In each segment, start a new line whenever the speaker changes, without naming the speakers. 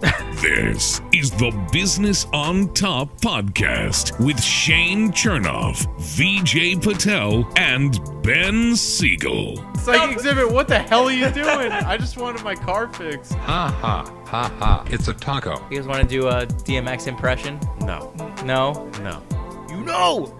This is the Business on Top podcast with Shane Chernoff, VJ Patel, and Ben Siegel.
It's like exhibit. What the hell are you doing? I just wanted my car fixed.
Ha ha ha ha! It's a taco.
You guys want to do a DMX impression?
No,
No?
no.
You know!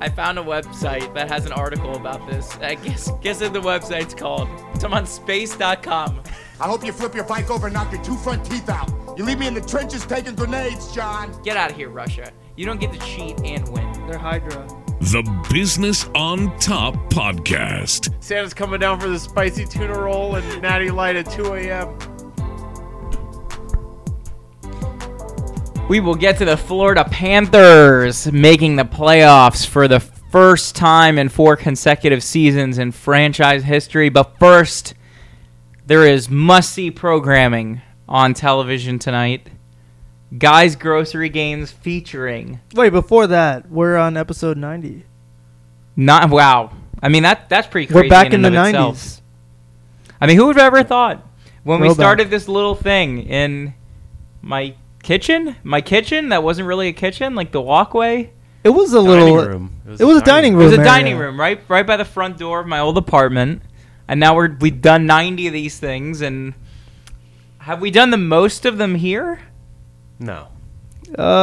I found a website that has an article about this. I guess guess what the website's called. It's on space.com.
I hope you flip your bike over and knock your two front teeth out. You leave me in the trenches taking grenades, John.
Get out of here, Russia. You don't get to cheat and win.
They're Hydra.
The Business on Top podcast.
Santa's coming down for the spicy tuna roll and natty light at 2 a.m.
We will get to the Florida Panthers making the playoffs for the first time in four consecutive seasons in franchise history. But first, there is must see programming on television tonight. Guys Grocery Games featuring
Wait, before that, we're on episode 90.
Not wow. I mean that that's pretty crazy.
We're back in,
and
the
of
90s.
itself. I mean, who would have ever thought when we
Throwback.
started this little thing in my kitchen, my kitchen that wasn't really a kitchen, like the walkway.
It was a little. It was, a dining
It
room.
was a
area.
dining room, right, right by the front door of my old apartment. And now we're we've done ninety of these things, and have we done the most of them here?
No.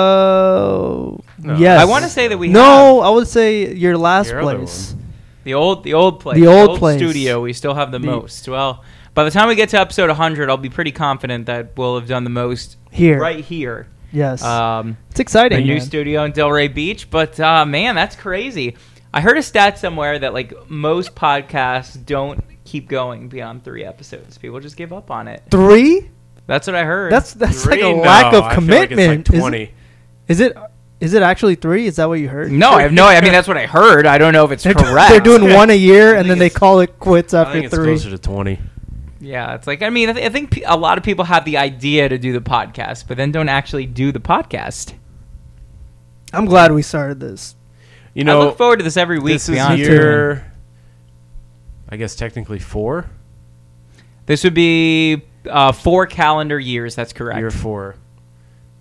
Oh.
No.
Yes.
I want to say that we
No, I would say your last
Your other
place.
have the old the old place,
The old place.
studio. We still have the, most. Well, by the time we get to episode hundred, I'll be pretty confident that we'll have done the most
Here.
right here.
Yes.
Um,
it's exciting.
the new
man.
studio in Delray Beach. But uh, man, that's crazy. I heard a stat somewhere that like most podcasts don't keep going beyond three episodes. People just give up on it.
Three?
That's what I heard.
That's that's
Three?
like a
No,
lack
I
of
feel like it's like
commitment. Is-
20.
Is, it? Is it actually three? Is that what you heard?
no, I have no. I mean, that's what I heard. I don't know if it's correct.
They're doing one a year and
think
then they
it's-
call it quits
I think
after
it's closer
three.
to 20.
Yeah, it's like I mean, I, th- I think pe- a lot of people have the idea to do the podcast, but then don't actually do the podcast.
I'm glad we started this.
You
I
know,
look forward to this every week.
this
to be
is
honest with you.
year. I guess technically four.
This would be uh, four calendar years. That's correct.
Year four,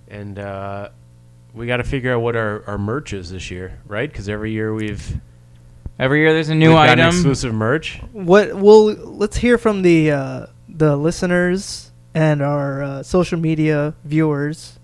and uh, we got to figure out what our, our merch is this year, right? Because every year we've
Every year, there's a new
we've got an
item.
exclusive merch.
What? Well, let's hear from the uh, the listeners and our uh, social media viewers.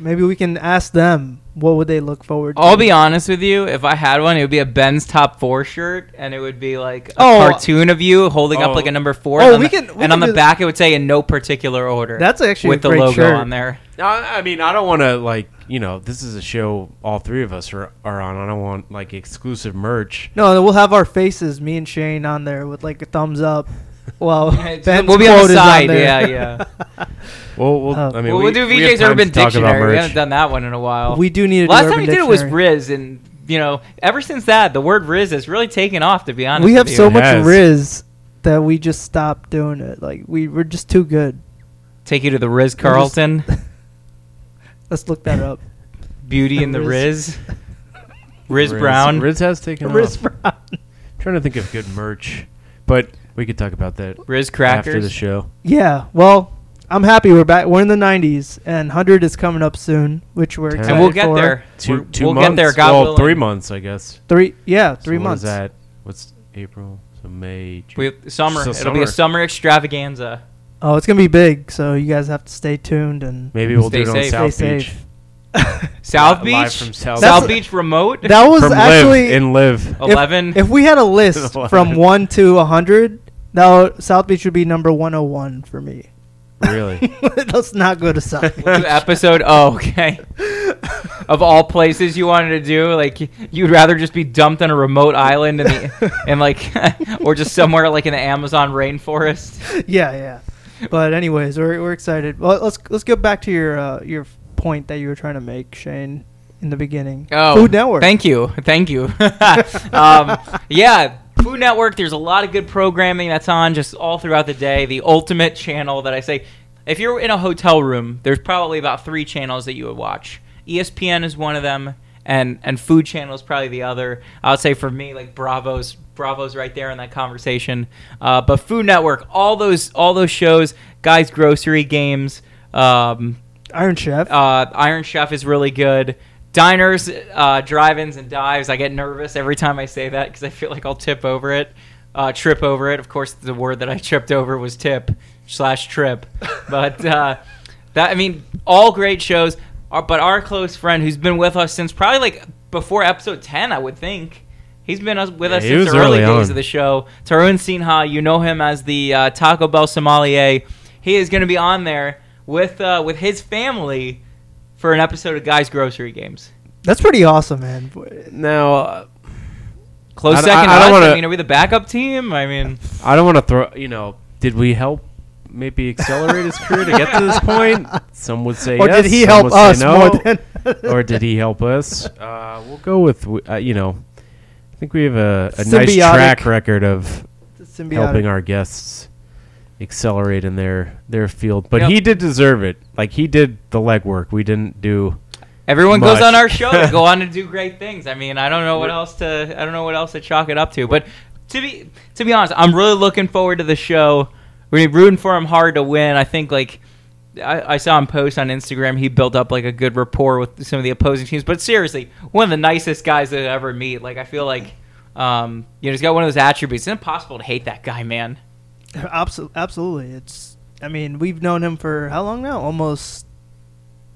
Maybe we can ask them what would they look forward to.
I'll be honest with you. If I had one, it would be a Ben's top four shirt, and it would be like a
Oh.
cartoon of you holding
Oh.
up like a number four.
Oh,
and on
we
the-
can- we
and
can
on the
do-
back, it would say in no particular order.
That's actually a
with the
great
logo
shirt.
on there.
No, I I mean, I don't want to like you know. This is a show all three of us are, are on. I don't want like exclusive merch.
No, then we'll have our faces, me and Shane, on there with like a thumbs up. Well,
it's-
Ben's
we'll be on the
quote is
side, yeah,
there.
yeah.
Well, we'll
Oh.
I mean,
Well,
we,
we'll do
we have
VJ's
time to
Urban
talk about
Dictionary. We
merch.
haven't done that one in a while.
we do need. To
Last
do
time
Urban
we did it was
Dictionary.
Riz, and you know, ever since that, the word Riz has really taken off. To be honest,
We have
with you.
so
It
much
has.
Riz that we just stopped doing it. Like we we're just too good.
take you to the Riz Carlton
Let's look that up.
Beauty and the Riz.
Riz.
Riz, Brown.
Riz has taken
Riz
off.
Brown.
trying to think of good merch, but we could talk about that
Riz
after the
crackers.
show.
Yeah. Well, I'm happy we're back. We're in the 90s, and 100 is coming up soon, which we're
And
excited
and we'll get
for.
there.
2
We're-
two
we'll
months.
get there. God
well,
willing.
three months, I guess.
Three. Yeah,
So
three
what
months.
Is that what's April? So May. June.
We, summer.
So
It'll be
summer.
a summer extravaganza.
Oh, it's gonna be big. So you guys have to stay tuned and
Maybe we'll do
Stay
it on
safe.
South
Stay
Beach.
safe.
South Beach.
Li- live from South
South,
Beach.
Beach remote.
that was
From
actually
live and live.
if-
Eleven.
If, we had a list from one to 100, now South Beach would be number 101 for me.
Really?
Let's not go to South. Beach.
episode. Oh, okay. of all places you wanted to do, like you'd rather just be dumped on a remote island in the and like, or just somewhere like in the Amazon rainforest.
yeah, yeah. But anyways, we're we're excited. Well, let's let's go back to your uh, your point that you were trying to make, Shane, in the beginning.
Oh,
Food Network.
Thank you, thank you. um, yeah, Food Network. There's a lot of good programming that's on just all throughout the day. The ultimate channel that I say, if you're in a hotel room, there's probably about three channels that you would watch. E ESPN is one of them, and and Food Channel is probably the other. I would say for me, like Bravo's Bravo's right there in that conversation. Uh, but Food Network, all those all those shows, guys, grocery games. Um,
Iron Chef.
Uh, Iron Chef is really good. Diners, uh, drive-ins, and dives. I get nervous every time I say that because I feel like I'll tip over it, uh, trip over it. Of course, the word that I tripped over was tip slash trip. But uh, that I mean, all great shows. Our, but our close friend, who's been with us since probably like before episode ten, I would think. He's been us- with us
he
since
was
the early,
early
days
on.
of the show. Tarun Sinha, you know him as the uh, Taco Bell sommelier. He is going to be on there with uh, with his family for an episode of Guys Grocery Games.
That's pretty awesome, man.
Now, uh,
Close
I don't-
second.
I- I don't
odds.
wanna-
I mean, are we the backup team? I mean,
I don't want to throw. You know, did we help? Maybe accelerate his career to get to this point. Some would say
Or
yes.
did he
some
help
would say
us
no.
more than?
or did he help us? Uh, we'll go with w- uh, you know. I think we have a, a nice
Symbiotic.
track record of
Symbiotic.
helping our guests accelerate in their their field, but
Yep.
he did deserve it. Like he did the legwork. We didn't do.
everyone goes
Much.
on our show to go on to do great things. I mean, I don't know what else to I don't know what else to chalk it up to. But to be to be honest, I'm really looking forward to the show. We're rooting for him hard to win. I think like I, I saw him post on Instagram. He built up like a good rapport with some of the opposing teams. But seriously, one of the nicest guys that I ever meet. Like I feel like um, you know he's got one of those attributes. It's impossible to hate that guy, man.
Absolutely, absolutely. It's. I mean, we've known him for how long now? Almost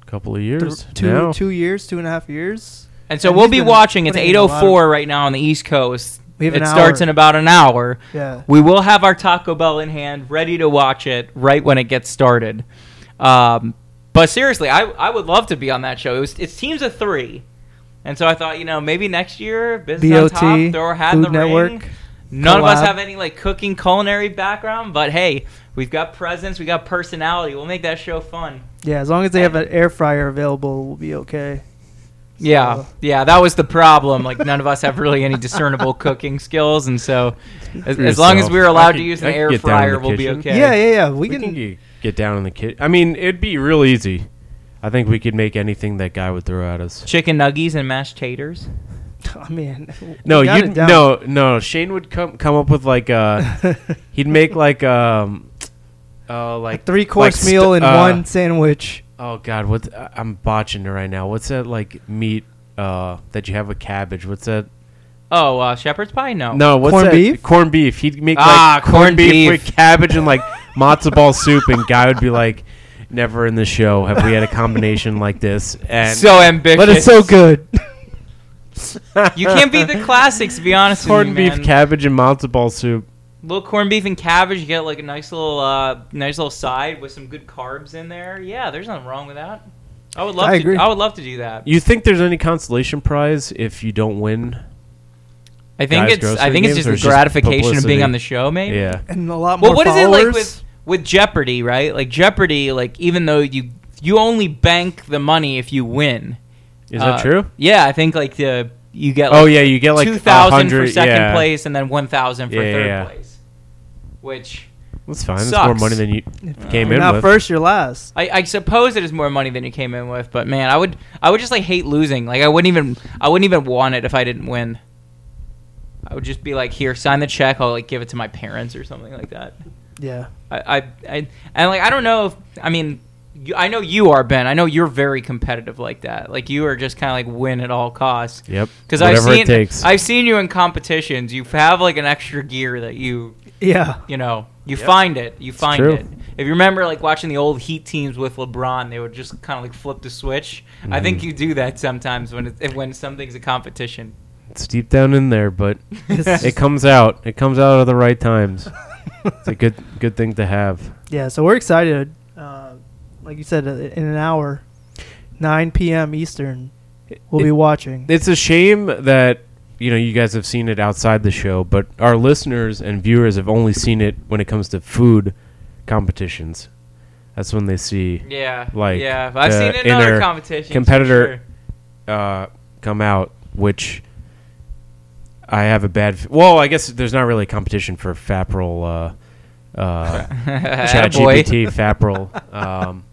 a Couple of
th-
years.
two,
now.
two years, two and a half years.
And so
And
we'll
he's
be
been
watching. It's
putting in a lot of-
8:04 right now on the East Coast.
We have
it
an
starts
hour.
in about an hour.
Yeah.
We will have our Taco Bell in hand, ready to watch it right when it gets started. Um, but seriously, I, I would love to be on that show. It was it's teams of three, and so I thought you know maybe next year business
BOT,
on top, throw our hat in the
Food Network,
ring. None of us
collab.
have any like cooking culinary background, but hey, we've got presence, we got personality. We'll make that show fun.
Yeah, as long as they have an air fryer available, we'll be okay.
Yeah,
So-
yeah, that was the problem. Like none of us have really any discernible cooking skills, and so as,
for
as long as
yourself.
we're
I
allowed
could-
to use
I
an
could
air
get down in
fryer,
the
we'll be
kitchen.
okay.
Yeah, yeah, yeah. We,
we
can.
can g- get down in the kitchen. I mean, it'd be real easy. I think we could make anything that guy would throw at us.
Chicken nuggies and mashed taters.
I mean,
No,
we got
you
it down.
no no. Shane would come come up with like uh he'd make like um oh like
Three course
like st-
meal and
uh,
one sandwich.
Oh God, what I'm botching it right now. What's that like meat uh that you have with cabbage? What's that?
Oh, uh, shepherd's pie? No.
No, what's
Corned
that?
beef?
Corned beef. He'd make like
Ah,
corned,
corned
beef,
beef.
with cabbage and like matzo ball soup, and guy would be like, "Never in the show have we had a combination like this." And
So ambitious.
But it's so good.
You can't beat the classics. To be honest
corned
with you,
beef,
man.
cabbage, and matzo ball soup.
little corned beef and cabbage. You get like a nice little, uh, nice little side with some good carbs in there. Yeah, there's nothing wrong with that. I would love
I
to.
agree.
I would love to do that.
You think there's any consolation prize if you don't win?
I think
Guys,
it's. I
grocery
think it's
games
just
or
the
it's just
gratification of being
publicity?
on the show, maybe.
Yeah.
and a lot more.
well what is it
followers.
like with with jeopardy right like jeopardy like even though you you only bank the money if you win
Is
Uh,
that true?
yeah i think like the you get like
Oh yeah, you get like
2000 for
100
second
yeah.
place and then 1000 for
Yeah, yeah,
third
yeah.
place which
That's fine. It's more
Sucks. Uh,
money than you came
You're
in
not
with.
first, you're last.
I, I suppose it is more money than you came in with but man i would i would just like hate losing like i wouldn't even i wouldn't even want it if i didn't win i would just be like here sign the check i'll like give it to my parents or something like that
Yeah.
I, I, I and like I don't know. If, I mean, you, I know you are Ben. I know you're very competitive like that. Like you are just kind of like win at all costs.
Yep.
Because I've
Whatever
seen
it takes.
I've seen you in competitions. You have like an extra gear that you
Yeah.
you know you find it. You find
true.
it. If you remember like watching the old Heat teams with LeBron, they would just kind of like flip the switch. I think
Mm-hmm.
you do that sometimes when it, when something's a competition.
It's deep down in there, but
It's-
it comes out. It comes out at the right times. it's a good good thing to have.
Yeah, so we're excited. Uh, like you said, uh, in an hour, 9 p.m. Eastern, we'll be watching.
It's a shame that you know you guys have seen it outside the show, but our listeners and viewers have only seen it when it comes to food competitions. That's when they see
Yeah.
Like,
yeah. I've
the
seen it in other
inner
competitions. for
competitor-
sure.
uh, come out, which I have a bad. F- well, I guess there's not really a competition for Fapril, uh, uh,
Attaboy.
ChatGPT, Fapril. Um,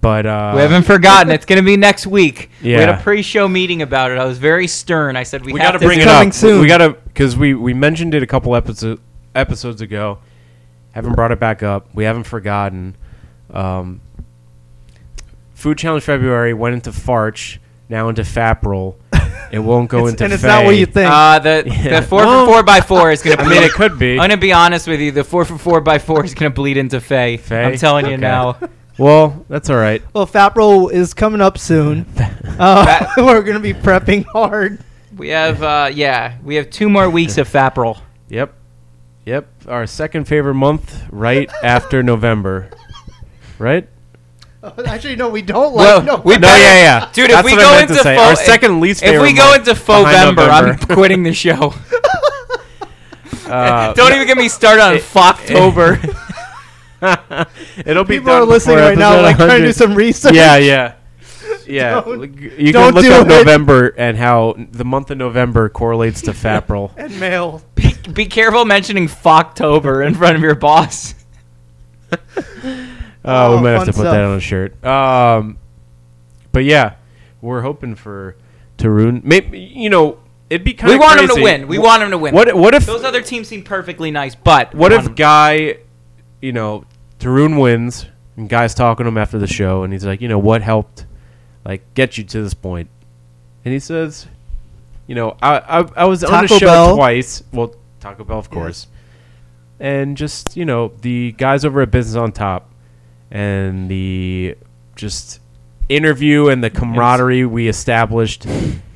but uh,
We haven't forgotten. It's going to be next week. We had
Yeah.
a pre-show meeting about it. I was very stern. I said we,
we
have
gotta
to
bring it
coming
up.
soon.
We gotta because we we mentioned it a couple episodes episodes ago. Haven't brought it back up. We haven't forgotten. Um, Food Challenge February went into Farch, now into Fapril. It won't go
It's-
into
and it's not what
Fay.
you think.
Uh, the
Yeah.
the four
Well,
for four by four is gonna.
I
Bleed.
mean, it could be.
I'm gonna be honest with you. The four for four by four is gonna bleed into Faye.
Faye?
I'm telling you
Okay.
now.
Well, that's all right.
Well, Fat Roll is coming up soon. Uh, we're gonna be prepping hard.
We have uh, yeah, we have two more weeks of Fapril.
Yep. Yep. Our second favorite month, right after November. Right?
Actually, no, we don't
Well,
like. no,
we-
No, yeah, yeah.
Dude,
That's
if we
what I
go
meant
into
to say. our
fo-
second least
If
favorite
we go
month
into
behind
Fovember, I'm
November.
quitting the show.
Uh,
Don't even get me started on Focktober.
Uh, It'll be
people
done
are listening
before
right now,
episode
like trying to do
100.
some research.
Yeah, yeah. Yeah,
Don't-
Look, you can
don't
look
do
up
it.
November and how the month of November correlates to Fapril.
and mail.
be, be careful mentioning Focktober in front of your boss.
Uh,
Oh,
we might have
fun
to put
stuff.
that on a shirt. Um, but yeah, we're hoping for Tarun. Maybe you know it'd be kind
We
of
want him to win. We want him to win.
What what if
Those other teams seem perfectly nice, but um,
what
we
if
want
guy, you know, Tarun wins and guy's talking to him after the show and he's like, you know, what helped like get you to this point? And he says, you know, I I, I was on the
Taco
show
Bell.
twice. Well, Taco Bell, of course. And just you know, the guys over at Business on Top and the just interview and the camaraderie we established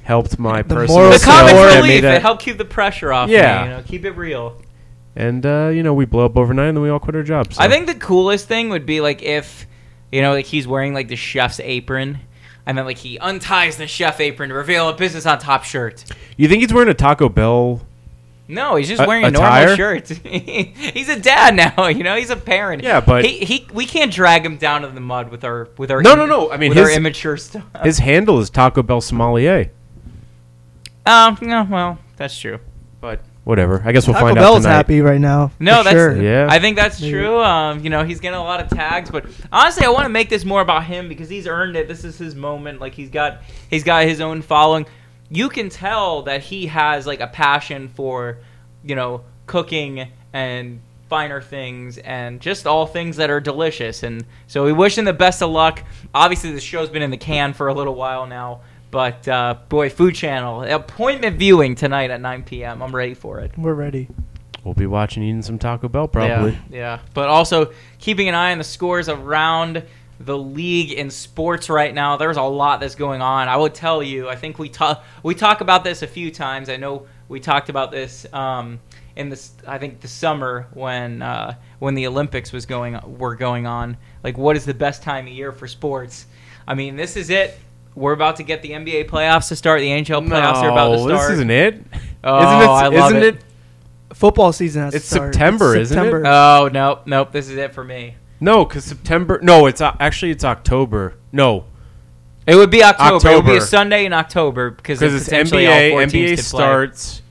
helped my
The
personal
moral
the
So-
comic
self.
support.
I
relief.
made a-
It helped keep the pressure off.
Yeah.
me, you know, keep it real.
and uh, you know, we blow up overnight and then we all quit our jobs. so.
I think the coolest thing would be like if you know like he's wearing like the chef's apron and then like he unties the chef apron to reveal a business on top shirt.
You think he's wearing a Taco Bell?
No, he's just
A-
wearing a
attire?
normal shirt. he's a dad now, you know, he's a parent.
Yeah, but-
he, he we can't drag him down to the mud with our with our
No, no, no, I mean,
with
his-
our immature stuff.
His handle is Taco Bell sommelier.
Um, no, well, that's true.
But whatever. I guess we'll
Taco
find
Bell's
out tonight.
happy right now.
No,
for
that's
sure.
Yeah.
I think that's true. Um, you know, he's getting a lot of tags, but honestly, I want to make this more about him because he's earned it. This is his moment. Like he's got he's got his own following. You can tell that he has like a passion for, you know, cooking and finer things and just all things that are delicious. And so we wish him the best of luck. Obviously, the show's been in the can for a little while now. But uh, boy, Food Channel appointment viewing tonight at 9 p.m. I'm ready for it.
We're ready.
We'll be watching eating some Taco Bell probably.
Yeah, yeah. But also keeping an eye on the scores around the league in sports right now. There's a lot that's going on. I will tell you. I think we talk we talk about this a few times. I know we talked about this um, in this. I think the summer when uh, when the Olympics was going were going on. Like, what is the best time of year for sports? I mean, this is it. We're about to get the NBA playoffs to start. The NHL playoffs are about to
No,
start.
this isn't it.
Oh,
isn't it?
I love
not
it.
it.
Football season has
It's
started.
September, isn't it?
September.
Oh no, nope. This is it for me.
No, because September. No, it's o- actually it's October. No,
It would be October. It would be a
October.
Sunday in October because
because it's
potentially all
NBA.
four teams
NBA
could
starts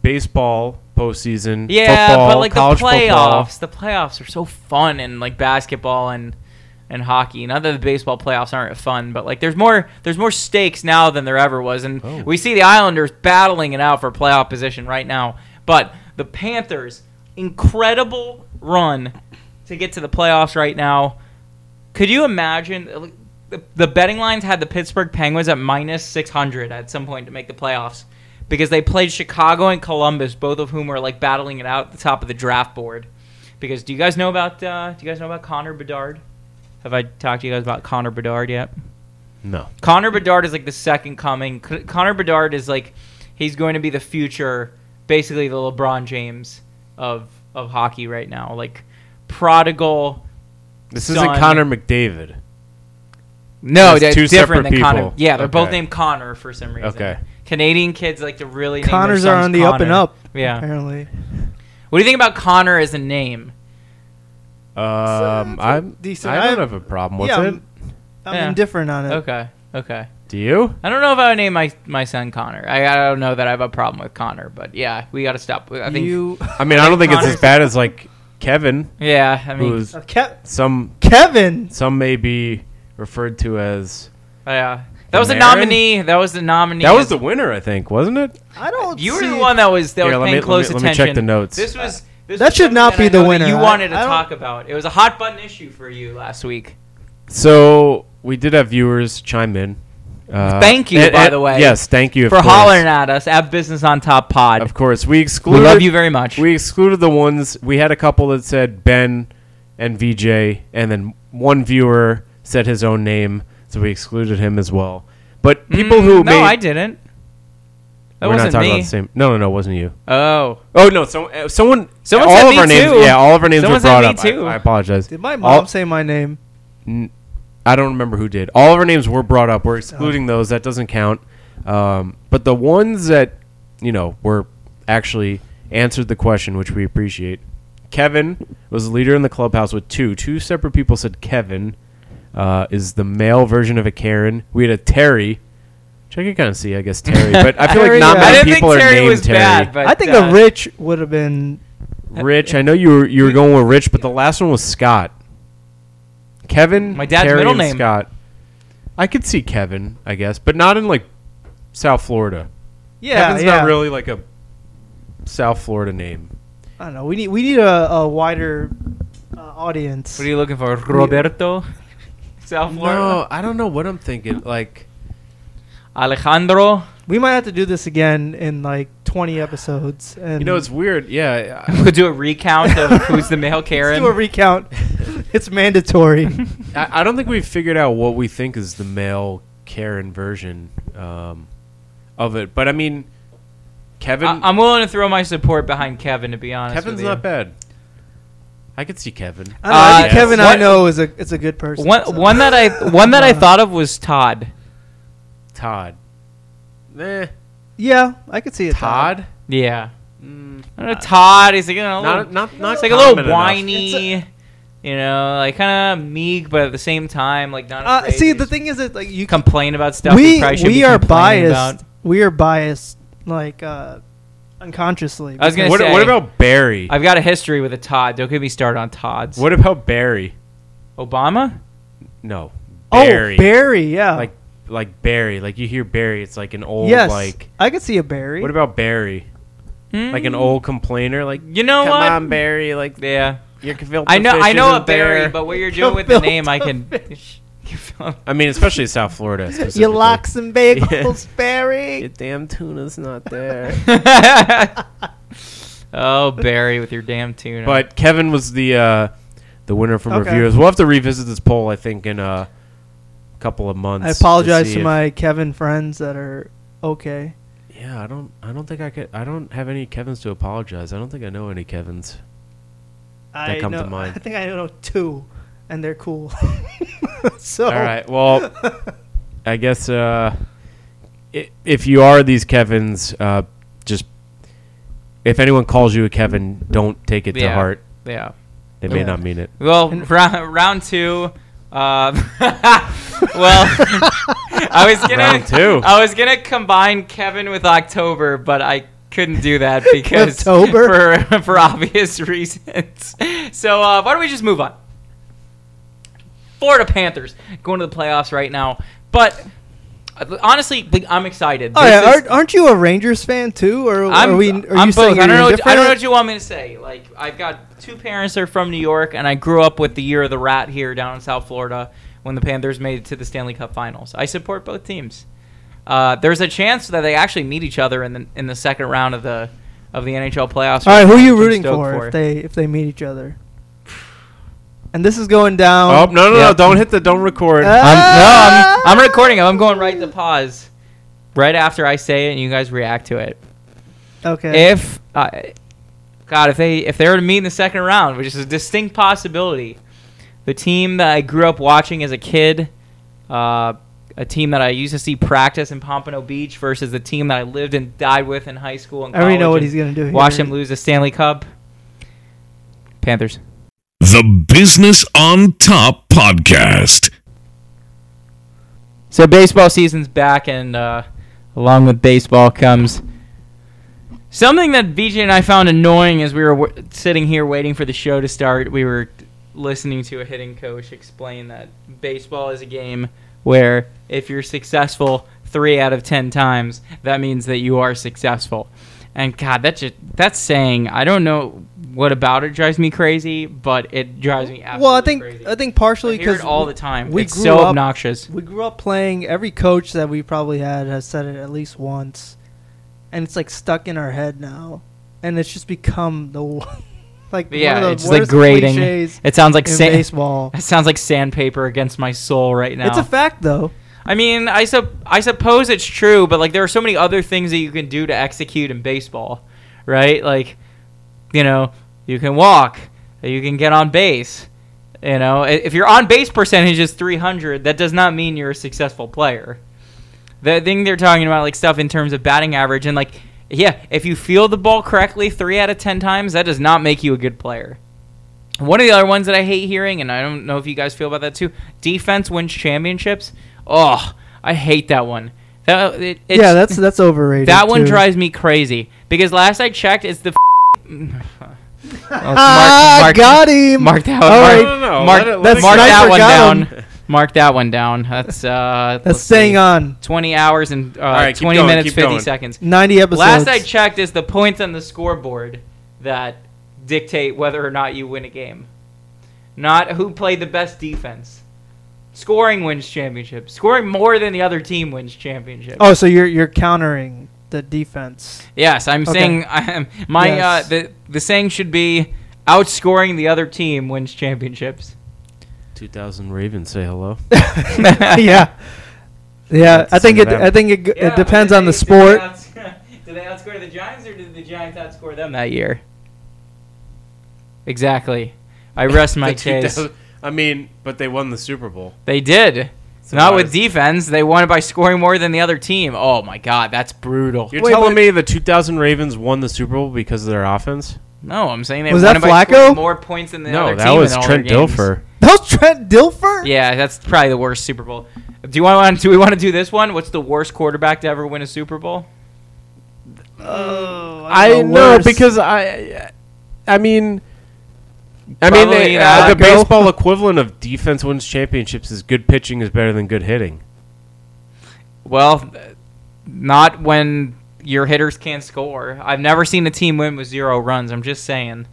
baseball postseason.
Play. Yeah,
football,
but like the
college football.
playoffs, the playoffs are so fun and like basketball and and hockey. Not that the baseball playoffs aren't fun, but like there's more there's more stakes now than there ever was, and
Oh.
we see the Islanders battling it out for playoff position right now. But the Panthers incredible run to get to the playoffs right now. Could you imagine? uh, The, the betting lines had the Pittsburgh Penguins at minus 600 at some point to make the playoffs because they played Chicago and Columbus, both of whom are like battling it out at the top of the draft board. Because do you guys know about uh, do you guys know about Connor Bedard? Have I talked to you guys about Connor Bedard yet?
No,
Connor Bedard is like the second coming. C- Connor Bedard is like he's going to be the future, basically the LeBron James of of hockey right now. Like prodigal,
this
Son.
isn't Connor McDavid.
No,
There's
they're
two
different
separate
than Connor.
people.
Yeah, they're both
Okay.
named Connor for some reason.
Okay.
Canadian kids like to really. name their
Connors are
sons
on the up and
Connor.
up.
Yeah.
Apparently.
What do you think about Connor as a name?
Um,
it's
I'm. I
decent.
don't
I-
have a problem with
yeah,
it.
I'm- I'm
Yeah.
indifferent on it.
Okay. Okay.
Do you?
I don't know if I would name my, my son Connor. I, I don't know that I have a problem with Connor, but yeah, we got to stop. I think.
you
I mean, I don't think it's as
Connor's-
bad as like Kevin,
yeah, I mean.
who's
Ke-
some
Kevin.
Some may be referred to as.
yeah. That was the
Marin?
nominee. That was the nominee.
That was
as-
the winner, I think, wasn't it?
I don't.
You were
see,
the one that was that
Here,
was
let
paying
me-
close
let me- let me
attention.
check the notes.
This was this
That
was
should
something
not
that
be
I
the
know that
winner.
You
I-
wanted to
I don't-
talk about. It was a hot button issue for you last week.
So we did have viewers chime in. Uh,
Thank you,
and-
by
and-
the way.
Yes, thank you of
for
course.
hollering at us at Business on Top Pod.
Of course, we
we
excluded.
love you very much.
We excluded the ones we had a couple that said Ben and VJ, and then one viewer said his own name, so we excluded him as well. But people who
Mm, no,
made
I didn't. That
we're not
wasn't
talking
me.
about the same. No, no, no, it wasn't you.
Oh,
Oh no, so, uh, someone,
Someone
all
said
of
me
our names,
too.
yeah, all of our names
Someone
were
said
brought up.
me
I-
too.
I, apologize.
Did my mom
All-
say my name?
I don't remember who did. All of our names were brought up. We're excluding those. That doesn't count. Um, but the ones that you know were actually answered the question, which we appreciate. Kevin was the leader in the clubhouse with two. Two separate people said Kevin uh, is the male version of a Karen. We had a Terry, which I could kind of see, I guess Terry. But I feel
Terry,
like not
yeah.
I
many
didn't
people
think
are
Terry
named
was
Terry.
bad, but
I think
uh,
a Rich would have been.
Rich, I know you were you were going with Rich, but the last one was Scott. Kevin,
My dad's
Terry,
middle
and
name.
Scott. I could see Kevin, I guess, but not in like South Florida.
Yeah,
Kevin's
yeah.
not really like a South Florida name.
I don't know. We need we need a, a wider uh, audience.
What are you looking for, Roberto? South Florida.
No, I don't know what I'm thinking. Like,
Alejandro.
we might have to do this again in like 20 episodes. And
you know, it's weird. Yeah, I-
We'll do a recount of who's the male Karen.
Let's do a recount. it's mandatory.
I, I don't think we've figured out what we think is the male Karen version um, of it. But I mean, Kevin.
I- am willing to throw my support behind Kevin. To be honest,
Kevin's
with you.
not bad. I could see Kevin.
I don't know, I think
Uh,
Kevin I
what-
know is a is a good person.
One
so.
one that I one that I thought of was Todd.
Todd. Eh,
yeah, I could see it.
Todd?
Yeah. I don't know, Todd is like you know, a little,
Mm. Not, not, not
it's like a little
common enough.
whiny, you know, like kind of meek, but at the same time, like not.
Uh,
afraid
see,
to
the
s-
thing is that like you
complain about stuff.
we
probably should
we
be
are
complaining
biased.
about.
We are biased like uh, unconsciously.
I was gonna
What,
say.
what about Barry?
I've got a history with a Todd. Don't get me started on Todd's.
What about Barry?
Obama?
No.
oh
Barry.
Barry, yeah,
Like, like Barry. Like you hear Barry, it's like an old,
yes,
like.
I could see a Barry.
What about Barry? Like an old complainer? Like,
Hmm. You know
come
what?
on, Barry. Like,
Yeah.
you're filled
I
with
know. I
fish
know a
isn't there.
Barry, but what you're doing with the
Gefilte
name, I can.
I mean, especially South Florida.
your
specifically.
locks and bagels,
Your
Barry?
damn tuna's not there.
oh, Barry, with your damn tuna.
But Kevin was the uh, the winner from
Okay.
reviewers. We'll have to revisit this poll, I think, in a couple of months.
I apologize
see
to
if-
my Kevin friends that are okay.
Yeah, I don't. I don't think I could. I don't have any Kevin's to apologize. I don't think I know any Kevin's.
I
come to
know,
mind.
I think I know two, and they're cool. so
All right. Well, I guess uh, i- if you are these Kevin's, uh, just if anyone calls you a Kevin, don't take it to
Yeah.
heart.
yeah.
They may
Yeah.
not mean it.
Well, round, round two. Uh, well, I was gonna
Round two.
I was gonna combine Kevin with October, but I couldn't do that because
October?
for for obvious reasons. So uh, why don't we just move on? Florida Panthers going to the playoffs right now, but uh, honestly, like, I'm excited.
Oh,
This
yeah,
is-
aren't, aren't you a Rangers fan too, or
I'm,
are we? Are you
I'm
saying
both. I don't
you're
know. I
indifferent?
don't know what you want me to say. Like, I've got two parents that are from New York, and I grew up with the year of the rat here down in South Florida when the Panthers made it to the Stanley Cup Finals. I support both teams. Uh, there's a chance that they actually meet each other in the in the second round of the of the NHL playoffs.
All right, who are you
I'm
rooting
stoked
for, if they if they meet each other? And this is going down.
Oh no no
yeah.
no! Don't hit the don't record.
I'm, no,
Ah!
I'm, I'm recording. it. I'm going right to pause, right after I say it, and you guys react to it.
okay.
If uh, God, if they if they were to meet in the second round, which is a distinct possibility, the team that I grew up watching as a kid, uh, a team that I used to see practice in Pompano Beach versus the team that I lived and died with in high school and
I already
college
know what
and
he's gonna do here.
Watch them lose the Stanley Cup. Panthers.
The Business on Top Podcast.
So baseball season's back, and uh, along with baseball comes something that VJ and I found annoying as we were w- sitting here waiting for the show to start. We were listening to a hitting coach explain that baseball is a game where if you're successful three out of ten times, that means that you are successful. And God, that just that's saying I don't know what about it drives me crazy, but it drives me absolutely
Well, I think
crazy.
I think partially
I hear
because
it all the time.
we
it's
grew
so
up-
obnoxious.
We grew up playing. Every coach that we probably had has said it at least once, and it's like stuck in our head now, and it's just become the like
Yeah,
one of the
it's just, like,
worst
grating.
cliches
It sounds like
in
sa-
baseball.
It sounds like sandpaper against my soul right now.
It's a fact though.
I mean, I sup- I suppose it's true, but like there are so many other things that you can do to execute in baseball, right? Like, you know, you can walk, you can get on base. You know, I- if your on base percentage is 300, that does not mean you're a successful player. The thing they're talking about, like stuff in terms of batting average, and like, yeah, if you field the ball correctly three out of 10 times, that does not make you a good player. One of the other ones that I hate hearing, and I don't know if you guys feel about that too, defense wins championships. Oh, I hate that one. That, it, it's-
yeah, that's that's overrated.
that one
too.
drives me crazy because last I checked, it's the. F- Oh, mark,
Ah,
mark-
got him.
Mark that one.
All
mark,
right.
No, no, no,
mark,
let it- let it
mark
go.
that
Sniper
one
got him.
down. Mark that one down. That's uh.
That's
let's
staying
see,
on
Twenty hours and uh,
right, keep
twenty
going,
minutes
keep
fifty
going.
seconds.
ninety episodes.
Last I checked, is the points on the scoreboard that dictate whether or not you win a game, not who played the best defense. Scoring wins championships. Scoring more than the other team wins championships.
Oh, so you're you're countering the defense.
Yes, I'm
Okay.
saying I'm, my
Yes.
uh, the the saying should be outscoring the other team wins championships.
2000 Ravens say hello.
yeah, yeah.
That's
I think
the
it.
event.
I think it. g it depends on the sport.
Did they outscore the Giants or did the Giants outscore them that year? Exactly. I rest my
The
case.
2000 I mean, but they won the Super Bowl.
They did.
So
Not
why
with
is-
defense. They won it by scoring more than the other team. Oh my god, that's brutal.
You're
Wait,
telling
but-
me the 2000 Ravens won the Super Bowl because of their offense?
No, I'm saying they
Was
won it
that
by scoring
Flacco?
more points than the
No,
other
that
team
was
in all
Trent
their games.
Dilfer.
That was Trent Dilfer.
Yeah, that's probably the worst Super Bowl. Do you want? Do we want to do this one? What's the worst quarterback to ever win a Super Bowl?
Oh,
I
know,
know
worse.
because I, I mean, I mean
Probably
they,
not.
uh, the
Go.
baseball equivalent of defense wins championships is good pitching is better than good hitting.
Well, th- not when your hitters can't score. I've never seen a team win with zero runs. I'm just saying.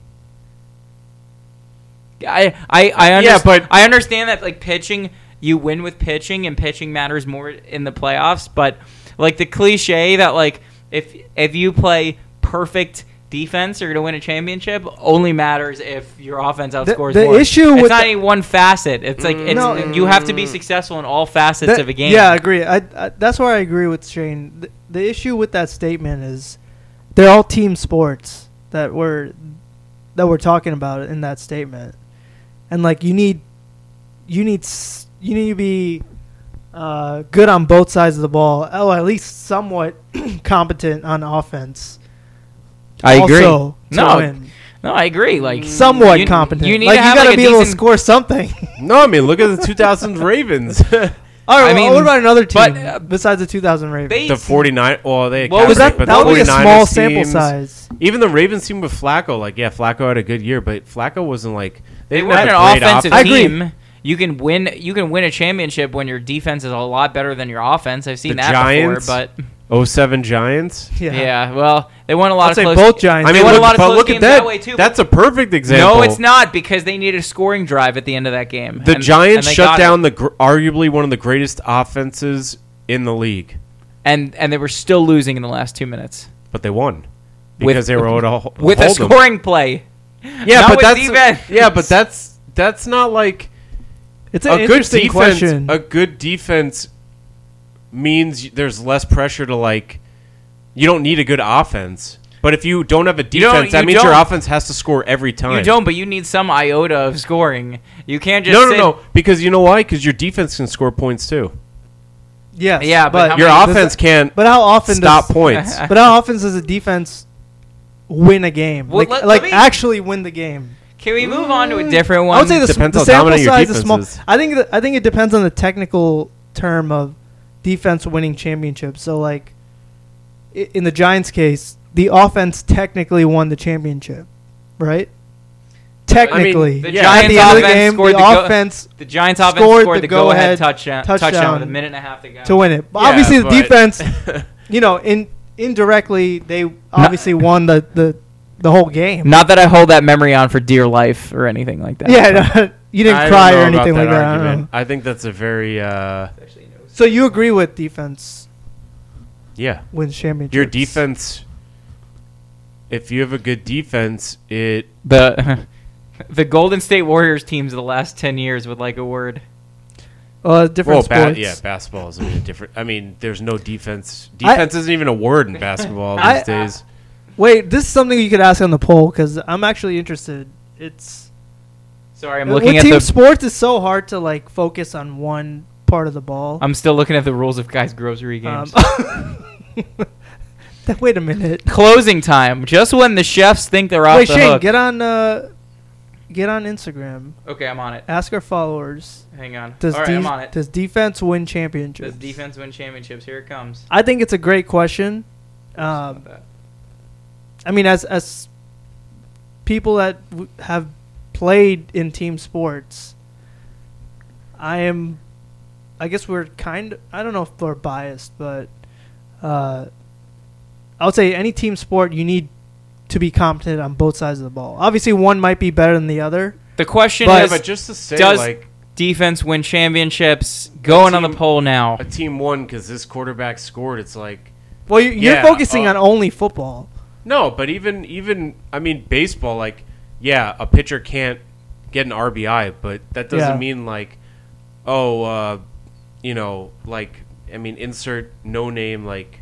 I I I, under-
Yeah, but-
I understand that like pitching, you win with pitching, and pitching matters more in the playoffs. But like the cliche that like if if you play perfect defense, you're gonna win a championship. Only matters if your offense outscores.
the
more.
issue
it's
with
not
the-
any one facet. It's like it's,
Mm.
No.
you have to be successful in all facets
That-
of a game.
Yeah, I agree. I, I that's where I agree with Shane. The, the issue with that statement is they're all team sports that we're that we're talking about in that statement, and like you need you need s- you need to be uh, good on both sides of the ball. Oh, at least somewhat competent on offense.
I
Also to
No,
win.
No, I agree.
Mm.
Like
somewhat
you-
competent.
You need
like
to have
you gotta
like, a
be able to
decent,
score something.
No, I mean look at the 2000 Ravens, the
All right.
I
well,
mean,
what about another team
but, uh,
besides the 2000 Ravens?
They-
Oh,
49. Well, they
What
what
was
was
that-
But
that
the
would be a
49ers
small sample
teams-
size.
Even the Ravens team with Flacco, like yeah, Flacco had a good year, but Flacco wasn't like they,
They
didn't
were
have
an
a great
offensive
offense.
I agree.
team. You can win. You can win a championship when your defense is a lot better than your offense. I've seen
The
that
Giants?
before, but
07 Oh, Giants.
Yeah.
yeah. Well, they won a lot
I'd
of
say
close.
both Giants.
I
They
mean,
won
look,
a lot of
but
close
look
games
at that.
that way too.
That's a perfect example.
no, it's not because they needed a scoring drive at the end of that game.
The
and-
Giants
and they
shut
got it.
down the gr- arguably one of the greatest offenses in the league,
and and they were still losing in the last two minutes
but they won
With-
because they were able to ho-
with a
hold them.
scoring play.
Yeah,
not
but
with
that's
defense.
yeah, but that's that's not like
It's
a
an
good
interesting
defense.
question.
A good defense means y- there's less pressure to like. You don't need a good offense, but if you don't have a
don't-
defense, that
you
means your
don't.
offense has to score every time.
You don't, but you need some iota of scoring. You can't just
No, no,
sit-
no. Because you know why? Because your defense can score points too.
yes,
Yeah, but how
Your
many-
offense can't
But how often
stop
does,
points.
But how often does a defense win a game?
Well,
like
let-
like
let me-
actually win the game.
Can we move on to a different one?
I would say the, sm-
Depends
the
how
sample
dominant your
size is small.
defense is.
I think the, I think it depends on the technical term of defense winning championships. So like i- in the Giants case, the offense technically won the championship, right? Technically,
the
Not at
Giants
the end of
offense
the game,
scored
the,
the go-
offense
The Giants offense
scored
scored,
the
the, go-ahead,
go-ahead
touchdown,
touchdown
touchdown, with a minute and a half to go.
to win it. But
Yeah,
obviously, the
but-
defense, you know, in indirectly they obviously won the the the whole game.
Not that I hold that memory on for dear life or anything like that.
yeah, no, you didn't
I don't
cry
know
or
about
anything like that. I don't
argument.
know.
I think that's a very uh,
So you agree with defense
yeah.
wins championships?
Your defense. If you have a good defense, it
The the Golden State Warriors teams of the last ten years with like a word.
Uh, different
well, ba-
sports.
yeah, basketball is a little different. I mean, there's no defense. Defense isn't even a word in basketball these
I- I-
days.
Wait, this is something you could ask on the poll because I'm actually interested. It's uh,
Sorry, I'm looking
with
at
team
the.
sports is so hard to like focus on one part of the ball.
I'm still looking at the rules of guys' grocery
Um,
games.
Wait a minute.
Closing time, just when the chefs think they're off
Wait,
the
Shane,
hook.
get on uh, get on Instagram.
okay, I'm on it.
Ask our followers.
Hang on.
Uh, Does,
All right,
de-
I'm on it.
does defense win championships?
Does defense win championships? Here it comes.
I think it's a great question. Um, I mean, as as people that w- have played in team sports, I am. I guess we're kind. I don't know if we're biased, but uh, I would say any team sport you need to be competent on both sides of the ball. Obviously, one might be better than the other.
The question
Yeah,
is:
but just to say,
does
like
defense win championships? Going on the
team-
poll now.
a team won because this quarterback scored. It's like
Well, you, you're
Yeah,
focusing
uh,
on only football.
no, but even even I mean, baseball. Like yeah, a pitcher can't get an RBI, but that doesn't
Yeah.
mean like oh, uh, you know, like I mean, insert no name like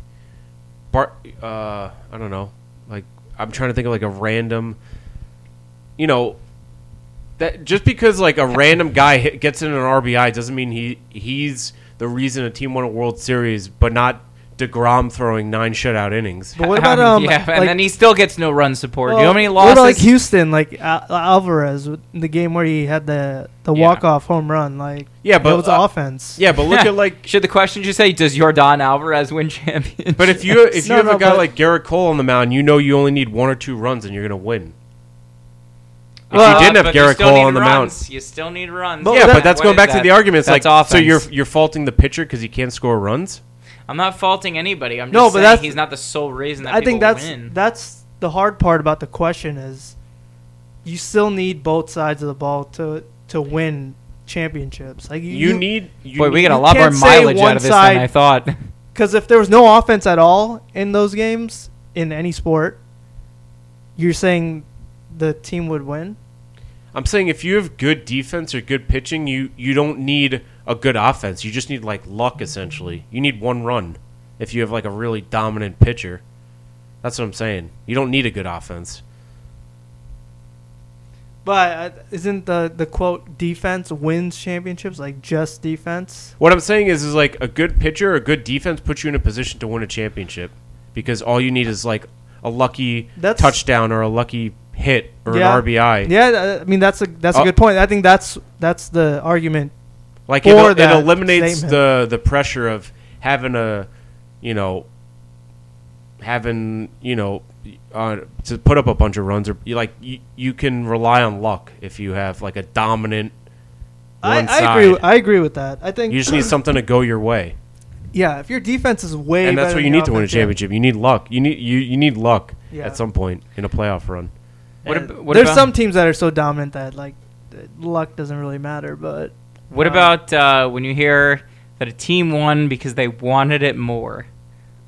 Bar. Uh, I don't know. Like I'm trying to think of like a random. You know, that just because like a random guy hit, gets in an RBI doesn't mean he he's the reason a team won a World Series, but not Degrom throwing nine shutout innings.
But what about um?
yeah, and
like-
then he still gets no run support. you know how many
Well, what
losses?
about, like Houston, like Al- Alvarez, with the game where he had the the
Yeah.
walk off home run, like
Yeah, but,
that was
uh,
offense.
Yeah, but look at like.
Should the question just say, does Jordan Alvarez win championships?
But if you if you
No,
have
no,
a guy
but-
like Garrett Cole on the mound, you know you only need one or two runs and you're gonna win. If
Well,
you didn't
but
have Garrett
still
Cole
need
on the mound,
runs. you still need runs.
But
yeah,
that-
but that's
What
going
is
back to
that?
the argument. It's
That's
like so
offense.
you're you're faulting the pitcher because he can't score runs.
I'm not faulting anybody. I'm just
No, but
saying
that's-
he's not the sole reason. That
I
people
think that's
win.
that's the hard part about the question is you still need both sides of the ball to to win championships. Like you,
You, need you
Boy, we
need-
get a
you
lot more
can't say
mileage out
one
of this
side-
than I thought.
because if there was no offense at all in those games in any sport, you're saying the team would win.
I'm saying if you have good defense or good pitching, you you don't need a good offense. You just need like luck essentially. You need one run if you have like a really dominant pitcher. That's what I'm saying. You don't need a good offense.
But uh, isn't the the quote defense wins championships like just defense?
What I'm saying is is like a good pitcher, a good defense puts you in a position to win a championship because all you need is like a lucky
That's-
touchdown or a lucky hit or an RBI.
Yeah, th- I mean that's a that's a
Oh.
good point. I think that's that's the argument.
Like it,
for
it
that
eliminates
statement.
the the pressure of having a, you know, having you know, uh, to put up a bunch of runs or you- like you, you can rely on luck if you have like a dominant.
I,
One
I agree.
side.
I agree with that. I think
you just need something to go your way,
yeah, if your defense is way
and that's
better
what
than
you
your
need to win a
offense, yeah.
championship. You need luck. You need you you need luck
Yeah.
at some point in a playoff run.
What
And
ab- what
There's
about-
some teams that are so dominant that like th- luck doesn't really matter. But
what
Um,
about uh, when you hear that a team won because they wanted it more?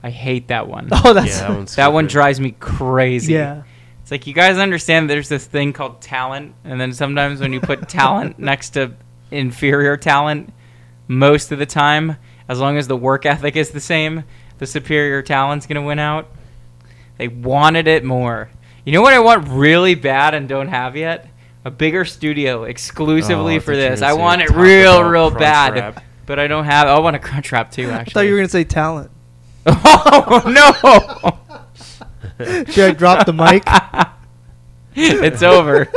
I hate that one.
oh, that's
Yeah, that one's
that one
stupid.
drives me crazy.
yeah.
It's like you guys understand there's this thing called talent, and then sometimes when you put talent next to inferior talent, most of the time, as long as the work ethic is the same, the superior talent's gonna win out. They wanted it more. You know what I want really bad and don't have yet? A bigger studio exclusively
Oh, I
for
thought you were
this.
gonna
I
say
want it
Taco
real,
Bell
real
Crunch
bad.
Wrap.
But I don't have. I want a crunch wrap too.
I thought
Actually.
you were gonna say talent.
oh no! Oh,
Should I drop the mic?
it's over.